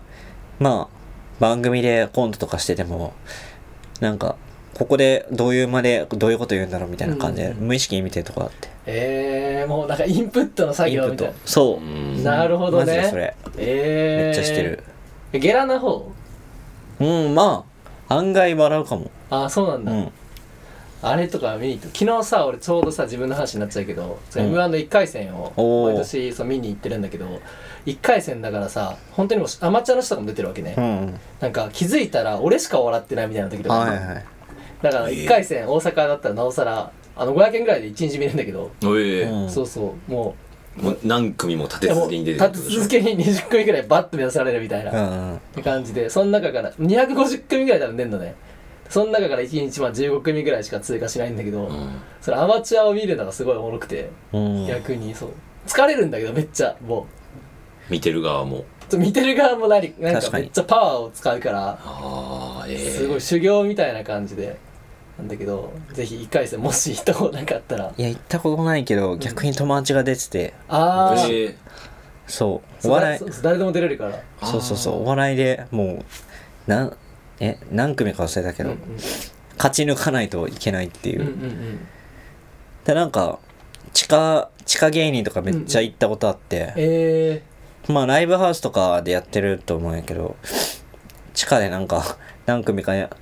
S3: まあ番組でコントとかしててもなんかここでどういうまでどういうこと言うんだろうみたいな感じで無意識に見てるとこあって
S1: えー、もうなんかインプットの作
S3: インプ
S1: 業
S3: ッ
S1: みたいな
S3: トそう
S2: うん
S1: なるほどね
S3: マジでそれ
S1: えー、
S3: めっちゃしてる
S1: ゲラな方
S3: うんまあ案外笑うかも
S1: あそうなん
S3: う
S1: だ、
S3: ん
S1: あれとか見に行って昨日さ俺ちょうどさ自分の話になっちゃうけど、
S3: うん
S1: m 1の1回戦を
S3: おー
S1: 毎年そう見に行ってるんだけど1回戦だからさ本当にもうアマチュアの人とかも出てるわけね、
S3: うんうん
S1: なんか気づいたら俺しか笑ってないみたいな時とか、
S3: はいはい
S1: だから
S2: えー
S1: 1回戦大阪だったらなおさらあの500円ぐらいで1日見れるんだけど、
S2: おい、
S3: うん
S1: そうそうもう
S2: もう何組も立
S1: い
S2: て
S1: やもう
S2: 続けに出
S1: 立
S2: て
S1: て
S2: くる
S1: 続けに20組ぐらいバッと目指されるみたいな、
S3: うんうん
S1: って感じでその中から250組ぐらい多分出んのねその中から1日まあ15組ぐらいしか通過しないんだけど、
S2: うん
S1: それアマチュアを見るのがすごいおもろくて、
S3: うん
S1: 逆にそう疲れるんだけどめっちゃも
S2: 見てる側も
S1: うちょっと見てる側もなりなん
S3: 確
S1: か
S3: かに
S1: めっちゃパワーを使うから
S2: ああええ
S1: すごい修行みたいな感じでなんだけどぜひ1回戦もし行ったことなかったら
S3: いや行ったことないけど逆に友達が出てて
S1: あー
S2: ええ
S3: そう
S1: そう
S3: お笑い
S1: そうそう誰でも出れるから
S2: あー
S3: そうそうそうお笑いでもうなんえ何組か忘れたけ
S1: うん
S3: ど、
S1: うん
S3: 勝ち抜かないといけないっていう、
S1: うんうん
S3: でなんか地下地下芸人とかめっちゃ行ったことあって、
S1: え
S3: まあライブハウスとかでやってると思うんやけど地下でなんか何組かや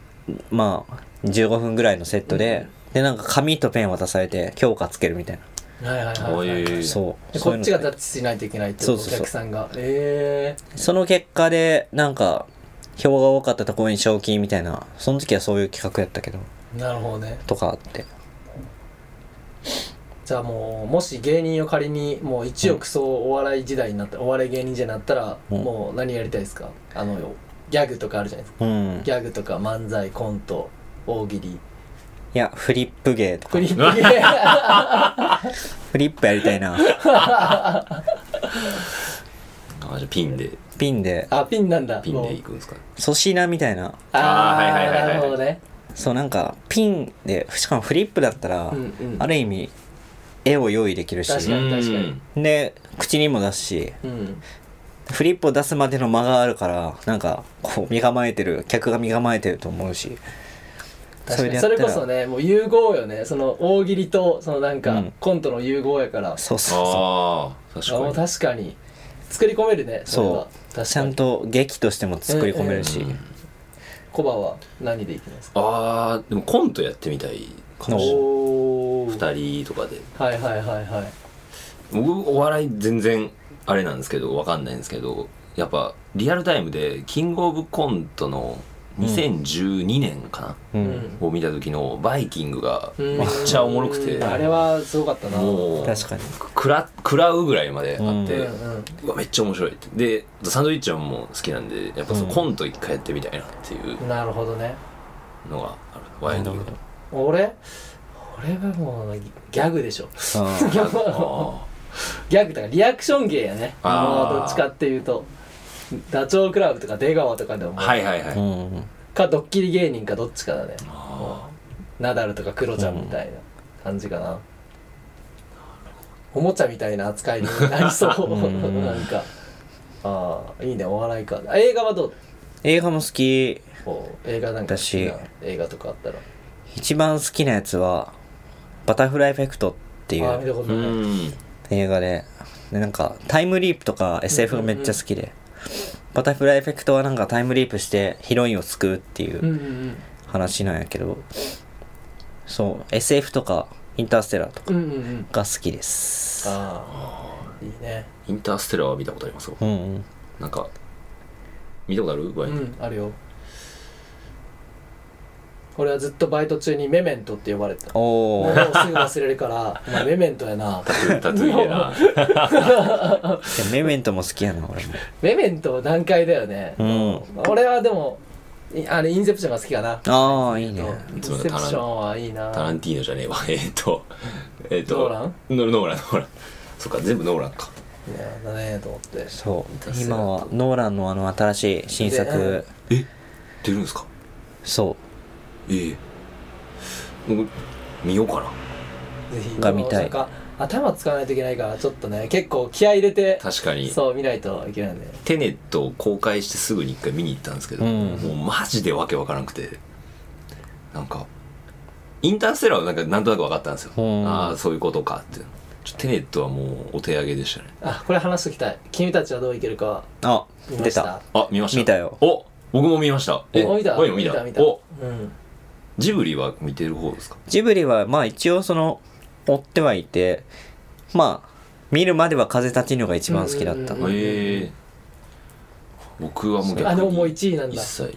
S3: まあ15分ぐらいのセットで、でなんか紙とペン渡されて強化つけるみたい
S1: ー、はいはい
S2: お
S1: はい、はい、
S2: い
S3: な、そう
S1: で
S3: そ
S1: こ
S3: ういう
S1: っ
S3: の
S1: ちがジャッジしないといけないってこ
S3: そ
S1: と
S3: うそうそ
S1: お
S3: う
S1: 客さんがええ
S3: その結果でなんか票が多かったところに賞金みたいなその時はそういう企画やったけど
S1: ー、なるほどね
S3: とかあって
S1: じゃあもうもし芸人を仮にもう一億総お笑い時代になった、お笑い芸人じゃなったら、
S3: うん
S1: もう何やりたいですかあのギャグとかあるじゃないですか
S3: うん
S1: ギャグとか漫才コント大喜利
S3: いやフリップ芸とか
S1: フ リップ芸
S3: フリップやりた いな
S2: あーじゃあピンで
S3: ピンで
S1: あピンなんだ
S2: ピン
S1: もう
S2: で行くんですか
S3: 粗品みたいな
S1: あ
S2: あー
S1: あ
S2: はいはいはいはい
S1: なるほどね
S3: そうなんかピンでしかもフリップだったら、
S1: うんうん
S3: ある意味絵を用意できるし
S1: 確かに確かに
S2: うん
S3: で口にも出すし
S1: うん
S3: フリップを出すまでの間があるからなんかこう身構えてる客が身構えてると思うし
S1: 確かに
S3: そ
S1: そ
S3: れ
S1: れ
S3: でやったら
S1: こそねもう融合よねその大喜利とそのなんか、
S3: うん
S1: コントの融合やから
S3: そうそ
S2: ああ
S3: うそ
S2: 確
S1: あもう
S2: か
S1: 確かに作り込めるねそれは
S3: う
S1: 確
S3: ち
S1: か
S3: ゃ
S1: に
S3: んと劇としても作り込めるし、
S2: に、うん
S1: コバは何でいきますか
S2: あーでもコントやってみたいかもしれない
S1: おお
S2: 二人とかで
S1: はいはいはいはい
S2: 僕お笑い全然あれなんですけどわかんないんですけどやっぱリアルタイムでキングオブコントの2012年か
S3: う
S1: うんん
S2: な、を見た時のバイキングが
S1: うん
S2: めっちゃおもろくて
S1: あれはすごかったな
S2: もう
S3: 確かに
S2: くら食らうぐらいまであって、
S1: う
S2: うん
S1: うん
S2: わめっちゃ面白いってでサンドウィッチマンも好きなんでやっぱその
S3: うん
S2: コント一回やってみたいなっていう
S1: なるほどね
S2: のがある、ワインド
S3: なる
S1: 俺俺はもうギャグでしょ
S3: うん
S2: あ ー
S1: ギャグだからリアクション芸やね
S2: あー
S1: もうどっちかっていうとダチョウ倶楽部とか出川とかでも
S2: はいはいはい、
S3: うんうん
S1: かドッキリ芸人かどっちかだね
S2: あ
S1: ナダルとかクロちゃんみたいな感じかな、おもちゃみたいな扱いになりそう
S3: う ん
S1: なんかああいいねお笑いか映画はどう
S3: 映画も好き
S1: こう映画なんか好きな映画とかあったら
S3: 一番好きなやつは「バタフライエフェクト」ってい
S1: ああ見
S3: う
S1: たこと
S2: ー
S1: ない、
S2: うん
S3: 映画ででなんかタイムリープとか SF がめっちゃ好きで、バタフライエフェクトはなんかタイムリープしてヒロインを救うっていううん
S1: うんうん
S3: 話なんやけど、そう SF とかインターステラーとか
S1: うんうんうん
S3: が好きです
S1: ああいいね
S2: インターステラーは見たことありますよ
S3: うんうん
S2: なんか見たことあるワ
S1: う
S2: インド、
S1: んあるよ俺はずっとバイト中にメメントって呼ばれてたも
S3: お
S1: う
S3: お
S1: すぐ忘れるからお前メメントやな
S2: タトゥー入れな
S3: メメントも好きやな俺も
S1: メメント段階だよね、
S3: うん
S1: 俺はでもいあれインセプションが好きかな
S3: ああいいね
S1: インセプションはいいな
S2: タランティーノじゃねえわ えーっとえーっと
S1: ノーラン
S2: ノノーランノーランそっか全部ノーランか
S1: いやだねと思って
S3: そう
S2: ターステラ
S3: 今
S2: ー
S3: はノーランのあの新しい新
S1: で
S3: 作
S2: え出るんですか
S3: そ
S2: ええ僕見ようかな
S1: ぜひ
S3: が見たい
S1: なんか頭使わないといけないからちょっとね結構気合い入れて
S2: 確かに
S1: そう見ないといけないんで
S2: テネットを公開してすぐに一回見に行ったんですけど、
S3: うん
S2: もうマジでわけわからなくてなんかインターステラーはなんかなんとなく分かったんですよ
S3: うん
S2: ああそういうことかってちょテネットはもうお手上げでしたね
S1: あこれ話しておきたい君たちはどういけるかは
S3: あ
S1: 見ま
S3: 出
S1: した
S3: た
S2: あ見ました
S3: 見たよ
S2: お僕も見ました
S1: お見た
S2: ワイも見
S1: 見た
S2: た
S1: 見た
S2: お
S1: うん
S2: ジブリは見てる方ですか
S3: ジブリはまあ一応その追ってはいてまあ見るまでは風立ちぬが一番好きだった
S1: うん
S2: へえ僕はもう逆に
S1: あでももう1位なん
S2: 一
S1: だ
S2: 切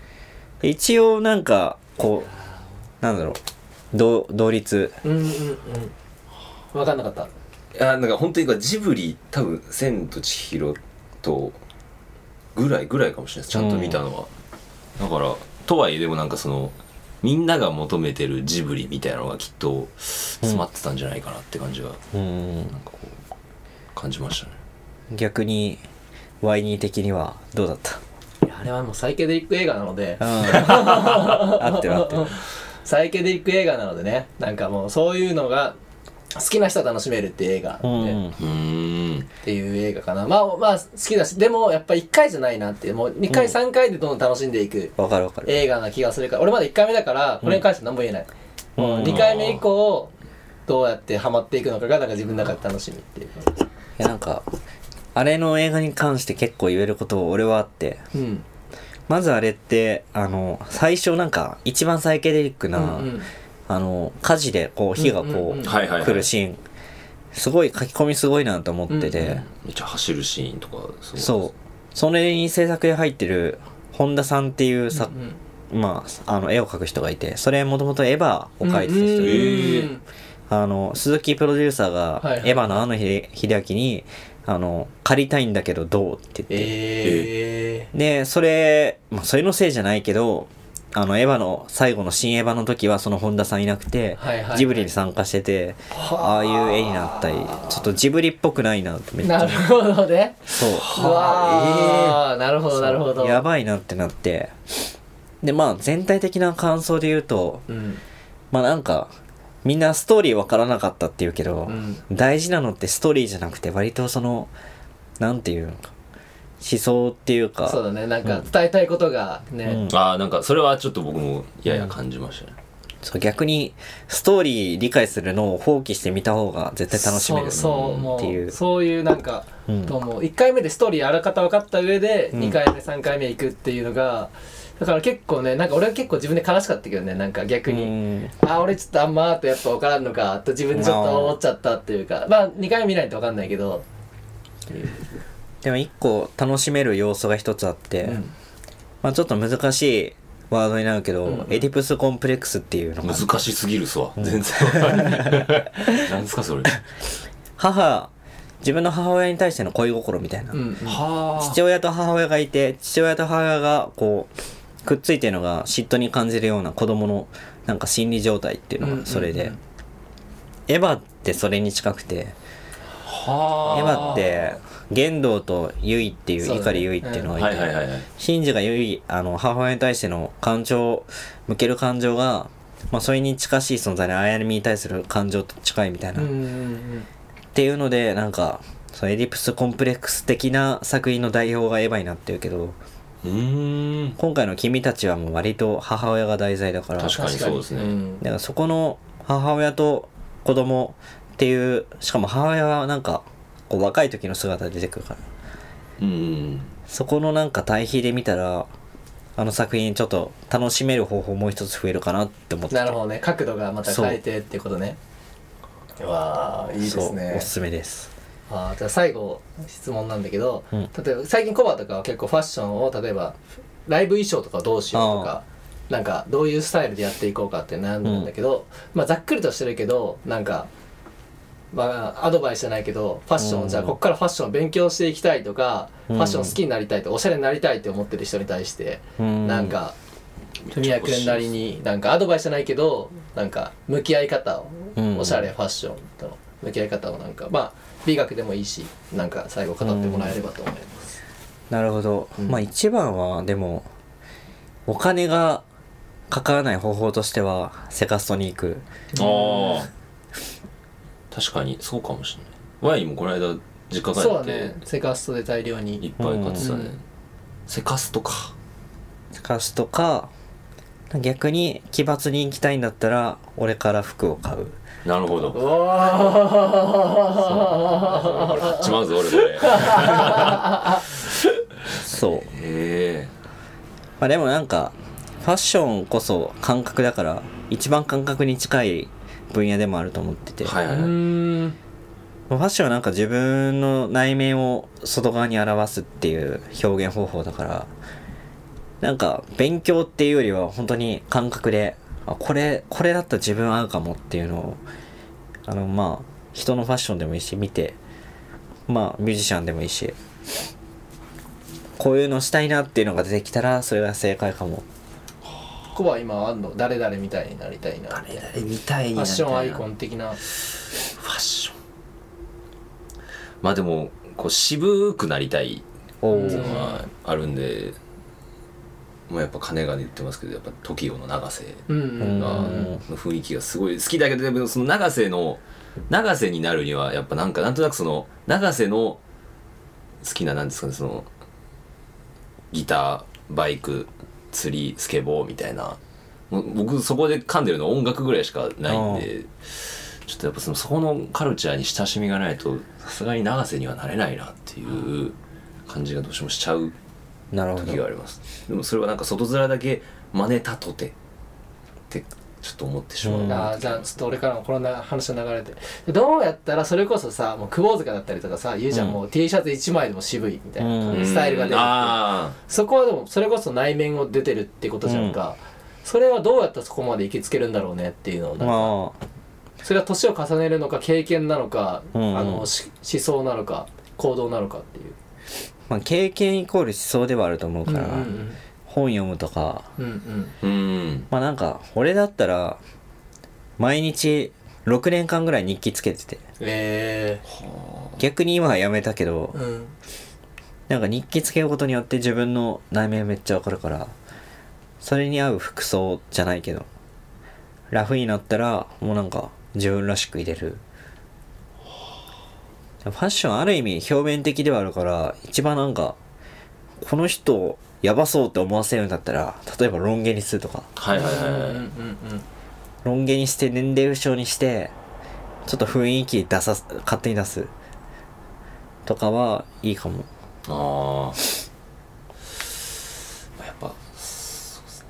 S3: 一応なんかこうなんだろう同同率
S1: うんうんうん分かんなかった
S2: あなんか本当になんかジブリ多分「千と千尋」とぐらいぐらいかもしれないですちゃんと見たのは、だからとはいえでもなんかそのみんなが求めてるジブリみたいなのがきっと詰まってたんじゃないかなって感じが、なんかこう感じましたね
S3: 逆にワイニー的にはどうだった
S1: いやあれはもうサイケデリック映画なので
S3: 合って る合ってる
S1: サイケデリック映画なのでねなんかもうそういうのが好きな人は楽しめるっていう映画で、
S3: うん
S2: うーん
S1: っていう映画かなまあまあ好きだしでもやっぱ1回じゃないなってもう2回
S3: うん
S1: 3回でどんどん楽しんでいく
S3: わかるわかる
S1: 映画な気がするから俺まだ1回目だからこれに関しては何も言えない、
S3: うん
S1: もう2回目以降どうやってハマっていくのかがなんか自分の中で楽しみっていうか
S3: いやなんかあれの映画に関して結構言えること俺はあって
S1: うん
S3: まずあれってあの最初なんか一番サイケデリックな、
S1: うんうん
S3: あの火事でこう火が
S1: うんうん
S3: こ
S1: うん
S3: う
S2: はいはい、はい、
S3: 来るシーンすごい書き込みすごいなと思ってて、
S1: うん
S2: めっちゃ走るシーンとかすごいです
S3: そうそれに制作で入ってる本田さんっていうさ、
S1: うん
S3: まあ、あの絵を描く人がいてそれもともとエヴァを描いて
S1: う
S3: た人
S1: ん
S3: で、
S2: へー
S3: あの鈴木プロデューサー
S1: はい
S3: が
S1: はい
S3: エヴァのあの秀明にあの借りたいんだけどどうって言って、
S1: え
S3: でそれ、まあ、それのせいじゃないけどあのエヴァの最後の新エヴァの時はその本田さんいなくて、
S1: はいはいはい
S3: ジブリに参加しててああいう絵になったりちょっとジブリっぽくないなとめ
S1: ー、
S3: っちゃ
S1: なるほどね
S3: そう
S1: わあ、なるほどなるほど
S3: やばいなってなってでまあ全体的な感想で言うと
S1: うん
S3: まあなんかみんなストーリーわからなかったっていうけど、
S1: うん
S3: 大事なのってストーリーじゃなくて割とそのなんていうのか思想っていうか
S1: そうだねなんか伝えたいことがね、
S3: うん
S2: ああなんかそれはちょっと僕もやや感じましたね、
S3: そう逆にストーリー理解するのを放棄してみた方が絶対楽しめる
S1: そうそうもう
S3: っていう
S1: そういうなんか、
S3: うん
S1: と思う1回目でストーリーあらかた分かった上で
S3: うん
S1: 2回目3回目行くっていうのがだから結構ねなんか俺は結構自分で悲しかったけどねなんか逆に、
S3: うん
S1: あ俺ちょっとあんまとやっぱ分からんのかと自分でちょっと思っちゃったっていうかまあ2回目見ないと分かんないけど、
S3: でも一個楽しめる要素が一つあって、
S1: うん
S3: まあ、ちょっと難しいワードになるけど、
S1: うん
S3: エディプスコンプレックスっていうのが
S2: 難しすぎるっすわ、全然わかんない何ですかそれ
S3: 母自分の母親に対しての恋心みたいな、
S1: うん
S2: はあ
S3: 父親と母親がいて父親と母親がこうくっついてるのが嫉妬に感じるような子供のなんか心理状態っていうのがそれで、
S1: うんうんうん
S3: エヴァってそれに近くて
S2: はあ
S3: エヴァって玄道とユイっていう
S1: そうだね
S3: 碇ユイっていうのがいて、
S2: はいはいはいはい
S3: シンジがよりあの母親に対しての感情向ける感情が、まあ、それに近しい存在で綾波に対する感情と近いみたいな、
S1: うんう
S3: っ
S1: んうん
S3: ていうのでなんかそのエディプスコンプレックス的な作品の代表がエヴァになってるけど
S2: うーん
S3: 今回の「君たち」はもう割と母親が題材だから
S2: 確かにそうですね
S1: ん
S3: だからそこの母親と子供っていうしかも母親はなんかこう若い時の姿で出てくるから
S2: うん
S3: そこのなんか対比で見たらあの作品ちょっと楽しめる方法もう一つ増えるかなって思って
S1: なるほどね角度がまた変えてってことねうわあいいです
S3: そう
S1: ね
S3: おすすめです
S1: あーじゃあ最後質問なんだけど、
S3: うん
S1: 例えば最近コバとかは結構ファッションを例えばライブ衣装とかどうしようとかなんかどういうスタイルでやっていこうかって悩んでるんだけど、まあざっくりとしてるけどなんか、まあ、アドバイスじゃないけどファッション、
S3: うん
S1: じゃあこっからファッションを勉強していきたいとか、
S3: うん
S1: ファッション好きになりたいとおしゃれになりたいって思ってる人に対して、
S3: うん
S1: なんか文也君なりになんかアドバイスじゃないけどなんか向き合い方を、
S3: うん
S1: おしゃれファッションと向き合い方をなんかまあ美学でもいいしなんか最後語ってもらえればと思います、
S3: なるほど、
S1: うん
S3: まあ一番はでもお金がかからない方法としてはセカストに行く
S2: ああ確かにそうかもしれないワインもこの間実家帰
S1: そうだ
S2: っ
S1: ね
S2: て
S1: セカストで大量
S2: いっ
S1: に
S2: ぱい買ってたね
S1: うん
S2: セカストか
S3: セカストか逆に奇抜に行きたいんだったら俺から服を買う
S2: なるほど
S1: おー
S2: これ買っちまうぞ俺これへ
S3: そう
S2: え
S3: まあ、でもなんかファッションこそ感覚だから一番感覚に近い分野でもあると思ってて、
S2: はいうはいはい
S1: ーん
S3: ファッションはなんか自分の内面を外側に表すっていう表現方法だからなんか勉強っていうよりは本当に感覚であこれこれだったら自分合うかもっていうのをあのまあ人のファッションでもいいし見てまあミュージシャンでもいいしこういうのしたいなっていうのが出てきたらそれが正解かも
S1: コバは今あんの誰々みたいになりたいなって
S2: え見たい
S1: ファッションアイコン的な
S2: ファッションまあでもこう渋くなりたい
S3: お
S1: う
S3: ー
S1: ん
S2: のはあるんで、まあやっぱ金が言ってますけどやっぱ TOKIO の永瀬
S1: うん
S2: がの
S3: うん
S2: 雰囲気がすごい好きだけどでもその永瀬の永瀬になるにはやっぱなんかなんとなくその永瀬の好きななんですかねそのギターバイク釣りスケボーみたいなもう僕そこで噛んでるの音楽ぐらいしかないんでちょっとやっぱそのそこのカルチャーに親しみがないとさすがに永瀬にはなれないなっていう感じがどうしてもしちゃう
S3: なるほ
S2: 時が
S3: ど
S2: ありますでもそれはなんか外面だけ真似たとてってちょっと思ってしまう、
S3: う
S2: あ
S1: あーじゃあちょっと俺からもこのな話の流れででどうやったらそれこそさもう久保塚だったりとかさ言うじゃん、
S3: うん
S1: もう T シャツ1枚でも渋いみたいな、
S3: うん
S1: スタイルが出るっていう
S2: あ
S1: そこはでもそれこそ内面を出てるってことじゃんか、それはどうやったらそこまで行きつけるんだろうねっていうのをなんか
S3: まあ
S1: それは年を重ねるのか経験なのか、
S3: うん
S1: あのし思想なのか行動なのかっていう。
S3: まあ経験イコール思想ではあると思う
S1: うん
S3: か
S1: うん
S3: ら、本読むとか
S1: うんうん
S2: ーうん
S3: まあなんか俺だったら毎日6年間ぐらい日記つけてて
S1: え
S3: 逆に今はやめたけど
S1: ー、うん
S3: なんか日記つけることによって自分の内面めっちゃわかるからそれに合う服装じゃないけどラフになったらもうなんか自分らしく入れるファッションある意味表面的ではあるから一番なんかこの人やばそうって思わせるんだったら例えばロン毛にするとか
S2: はいはいはいはい、
S1: うんうん
S3: ロン毛にして年齢不詳にしてちょっと雰囲気出さす勝手に出すとかはいいかも
S2: ああやっぱそうっすね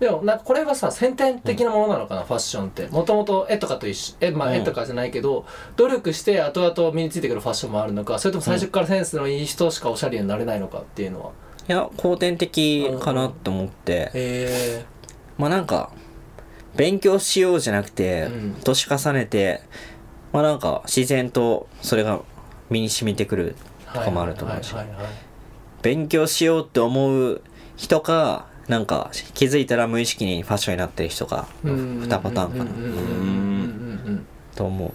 S1: でもなんかこれがさ先天的なものなのかな、ファッションってもともと絵とかと一緒絵,、まあ、
S3: うん
S1: 絵とかじゃないけど、努力して後々身についてくるファッションもあるのかそれとも最初からセンスのいい人しかおしゃれになれないのかっていうのは、
S3: いや後天的かなと思って、
S1: え
S3: まあなんか勉強しようじゃなくて、
S1: うん
S3: 年重ねてまあなんか自然とそれが身に染みてくる
S1: ー、
S3: とかもあると思うし
S1: はいはいはいはい
S3: 勉強しようって思う人かなんか気づいたら無意識にファッションになってる人か
S1: うん
S3: 2パターン
S1: うんう
S3: かなん
S1: うんうん
S3: と 思う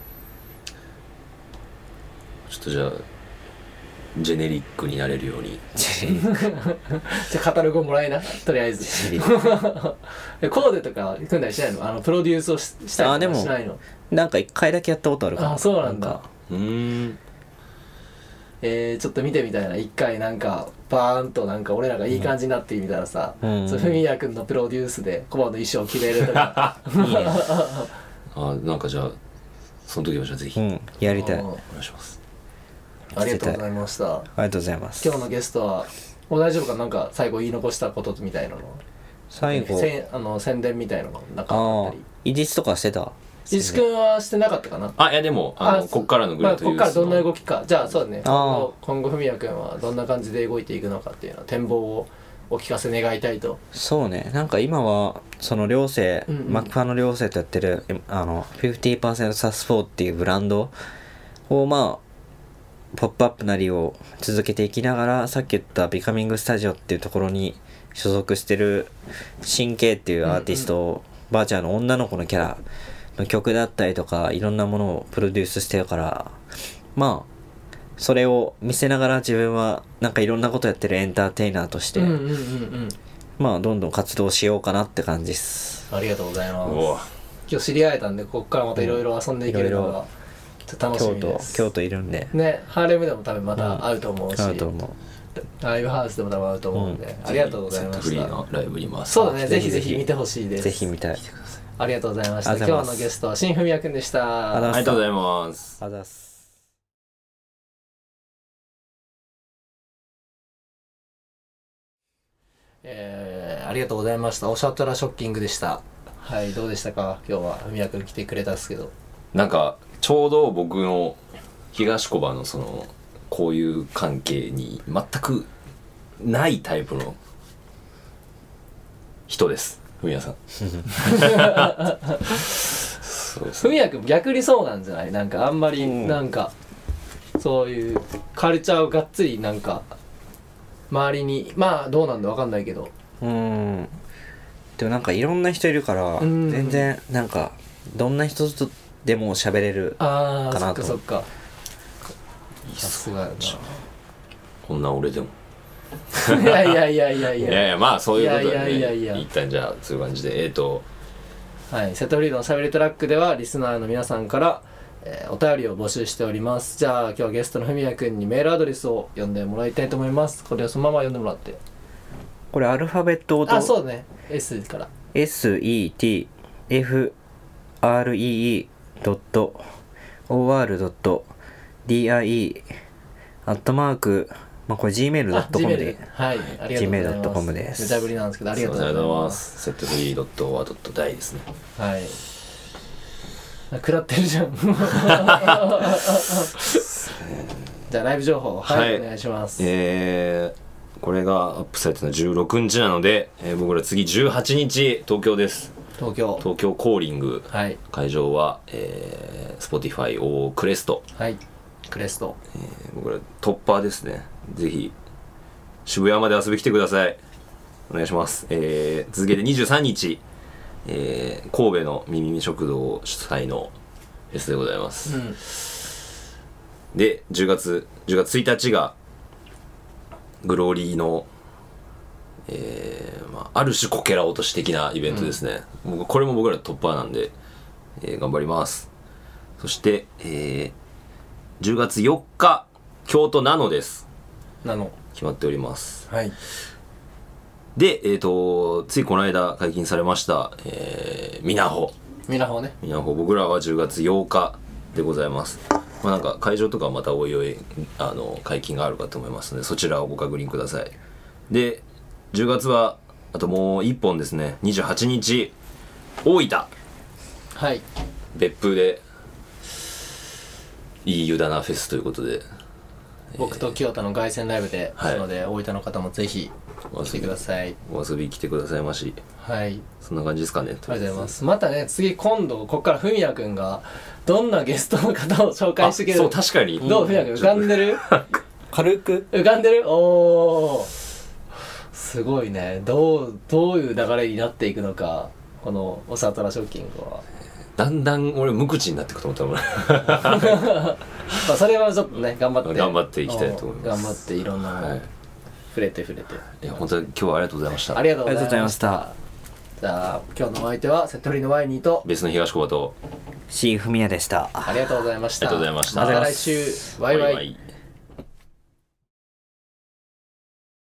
S2: ちょっとじゃあジェネリックになれるように
S1: じゃあカタログをもらえなとりあえず えコーデとか組んだりしないのあのプロデュースをしした
S3: あ
S1: り
S3: で
S1: とか
S3: も
S1: しないの
S3: なんか一回だけやったことあるかも
S1: あそうなんだ
S3: か
S2: うーん
S1: えー、ちょっと見てみたいな一回なんかバーンとなんか俺らがいい感じになってみたらさ、
S3: うん
S1: そうふみやくんのプロデュースでコバの衣装を決めるとか
S3: いいね
S2: あなんかじゃあその時はじゃあぜひ、
S3: う
S2: お
S3: ん やりたい
S1: うん
S2: 願いします
S1: ありがとうございました
S3: ありがとうございます
S1: 今日のゲストはもう大丈夫かなんか最後言い残したことみたいなの
S3: 最後
S1: せんあの宣伝みたいなのなんかあ
S3: あ
S1: っ
S3: あ
S1: たり
S3: イギリスとかしてた
S1: 石くんはしてなかったかな
S2: あいやでもあの
S1: あ
S2: こっからのグレート
S1: まあ、こ
S2: ユ
S1: っか
S2: ー
S1: ら
S2: スの
S1: どんな動きかじゃあそうだね
S3: あ
S1: 今
S3: ー
S1: 後今後文也君はどんな感じで動いていくのかっていうのは展望をお聞かせ願いたいと
S3: そうねなんか今はその寮生、
S1: うんうん
S3: マックファの寮生とやってるえあの50%サス4っていうブランドをまあポップアップなりを続けていきながらさっき言った「ビカミングスタジオっていうところに所属してる神経っていうアーティストを、バーチャーの女の子のキャラの曲だったりとかいろんなものをプロデュースしてるからまあそれを見せながら自分はなんかいろんなことやってるエンターテイナーとして、
S1: うんうんうんうん
S3: まあどんどん活動しようかなって感じです
S1: ありがとうございます
S2: うわ
S1: 今日知り合えたんでここからまたいろいろ遊んでいけるの
S3: いろい
S1: がちょっと楽し
S3: 京
S1: み
S3: 都
S1: です
S3: 京都いるんで
S1: ねハーレムでも多分また会うと思うし、
S3: 会うと思
S1: ライブハウスでも多分あると思うんで、ありがとうございま
S2: セットフ
S1: し
S2: リー
S1: た
S2: のライブにます
S1: そうだねぜ
S3: ぜ
S1: ひ
S3: ひ
S1: ぜ
S3: ぜひ
S1: ひ見てほしいです
S3: ぜひ見たい
S1: ありがとうございました
S3: ありがとう
S1: 今日
S3: ござい
S1: の
S3: ます
S1: ゲストは新文也くんでした
S3: ありがとうございま
S2: ありがとうございます
S3: あざっす
S1: えーありがとうございましたおしゃたらショッキングでしたはいどうでしたか今日は文也くん来てくれたんですけど
S2: なんかちょうど僕の東小葉のその交友関係に全くないタイプの人です文也さんそうです
S1: 文也くん逆にそうなんじゃないなんかあんまり
S3: うん
S1: なんか、そういうカルチャーをがっつりなんか周りにまあどうなんだわかんないけど
S3: うんでもなんかいろんな人いるから
S1: うん
S3: 全然なんかどんな人とでも喋れる
S1: ああ
S3: か
S1: そっ
S3: な
S1: か
S3: と
S1: そっか
S2: いいっ
S1: さ
S2: す
S1: すがや
S2: こんな俺でも
S1: ないやいやいやいやい
S2: い
S1: や
S2: やいやまあそういうことで
S1: いやいやいやいや
S2: ね一旦じゃあそういう感じでえっ、と
S1: はい、セットフリードのしゃべりトラックではリスナーの皆さんから、えーお便りを募集しておりますじゃあ今日はゲストのふみやくんにメールアドレスを読んでもらいたいと思いますこれをそのまま読んでもらって
S3: これアルファベットご
S1: あ
S3: と
S1: そうね S から
S3: setefree.or.die アットマーク、まあ、これ gmail.com で
S1: Gmail はいありがとうございます
S3: gmail.com です
S1: 無茶ぶりなんですけどありがとうございます
S2: セットフリードットオアドットダイですね
S1: はい食らってるじゃんじゃあライブ情報はい、
S2: はい
S1: お願いします、
S2: えーこれがアップされたの16日なので、えー僕ら次18日東京です
S1: 東京
S2: 東京コーリング
S1: はい
S2: 会場は、えー、Spotify をクレスト、
S1: はいクレスト
S2: えー僕らトッパーですねぜひ渋谷まで遊び来てくださいお願いします、えー続けて23日、えー神戸のみみみ食堂主催のフェスでございます、
S1: うん
S2: で10月10月1日がグローリーの、えーまあ、ある種こけら落とし的なイベントですね、僕これも僕らトッパーなんで、えー頑張りますそして、えー10月4日京都なのです
S1: なの
S2: 決まっております
S1: はい
S2: でえっ、とついこの間解禁されましたえー、みなほ
S1: ミラホね
S2: みなほ僕らは10月8日でございますまあなんか会場とかはまたおいおいあの解禁があるかと思いますのでそちらをご確認くださいで10月はあともう1本ですね28日大分
S1: はい
S2: 別府でいい湯だなフェスということで
S1: 僕と清田の凱旋ライブで、
S2: はい
S1: なので大分の方もぜひ来てください
S2: お遊び来てくださいまし
S1: はいあり
S2: そんな感じですかね
S1: がとうございますまたね次今度ここから文也くんがどんなゲストの方を紹介してくれる
S2: あそう確かに
S1: どう文也くん浮かんでる
S3: 軽く
S1: 浮かんでるおおすごいねどうどういう流れになっていくのかこのおさたらショッキングは、
S2: だんだん俺無口になってくと思ったもん
S1: まあ、それはちょっとね頑張って
S2: 頑張っていきたいと思います
S1: 頑張っていろんなも
S2: は
S1: の
S2: い
S1: 触れて触れて、
S2: いや本当に今日はありがとうございました
S1: ありがとうございました
S3: た
S1: じゃあ今日のお相手はセットフリーのワイニーと
S2: 別の東小葉と
S3: C フミヤでした
S1: ありがとうございました。
S2: ありがとうございました
S1: また来週。バイバイ。
S2: イ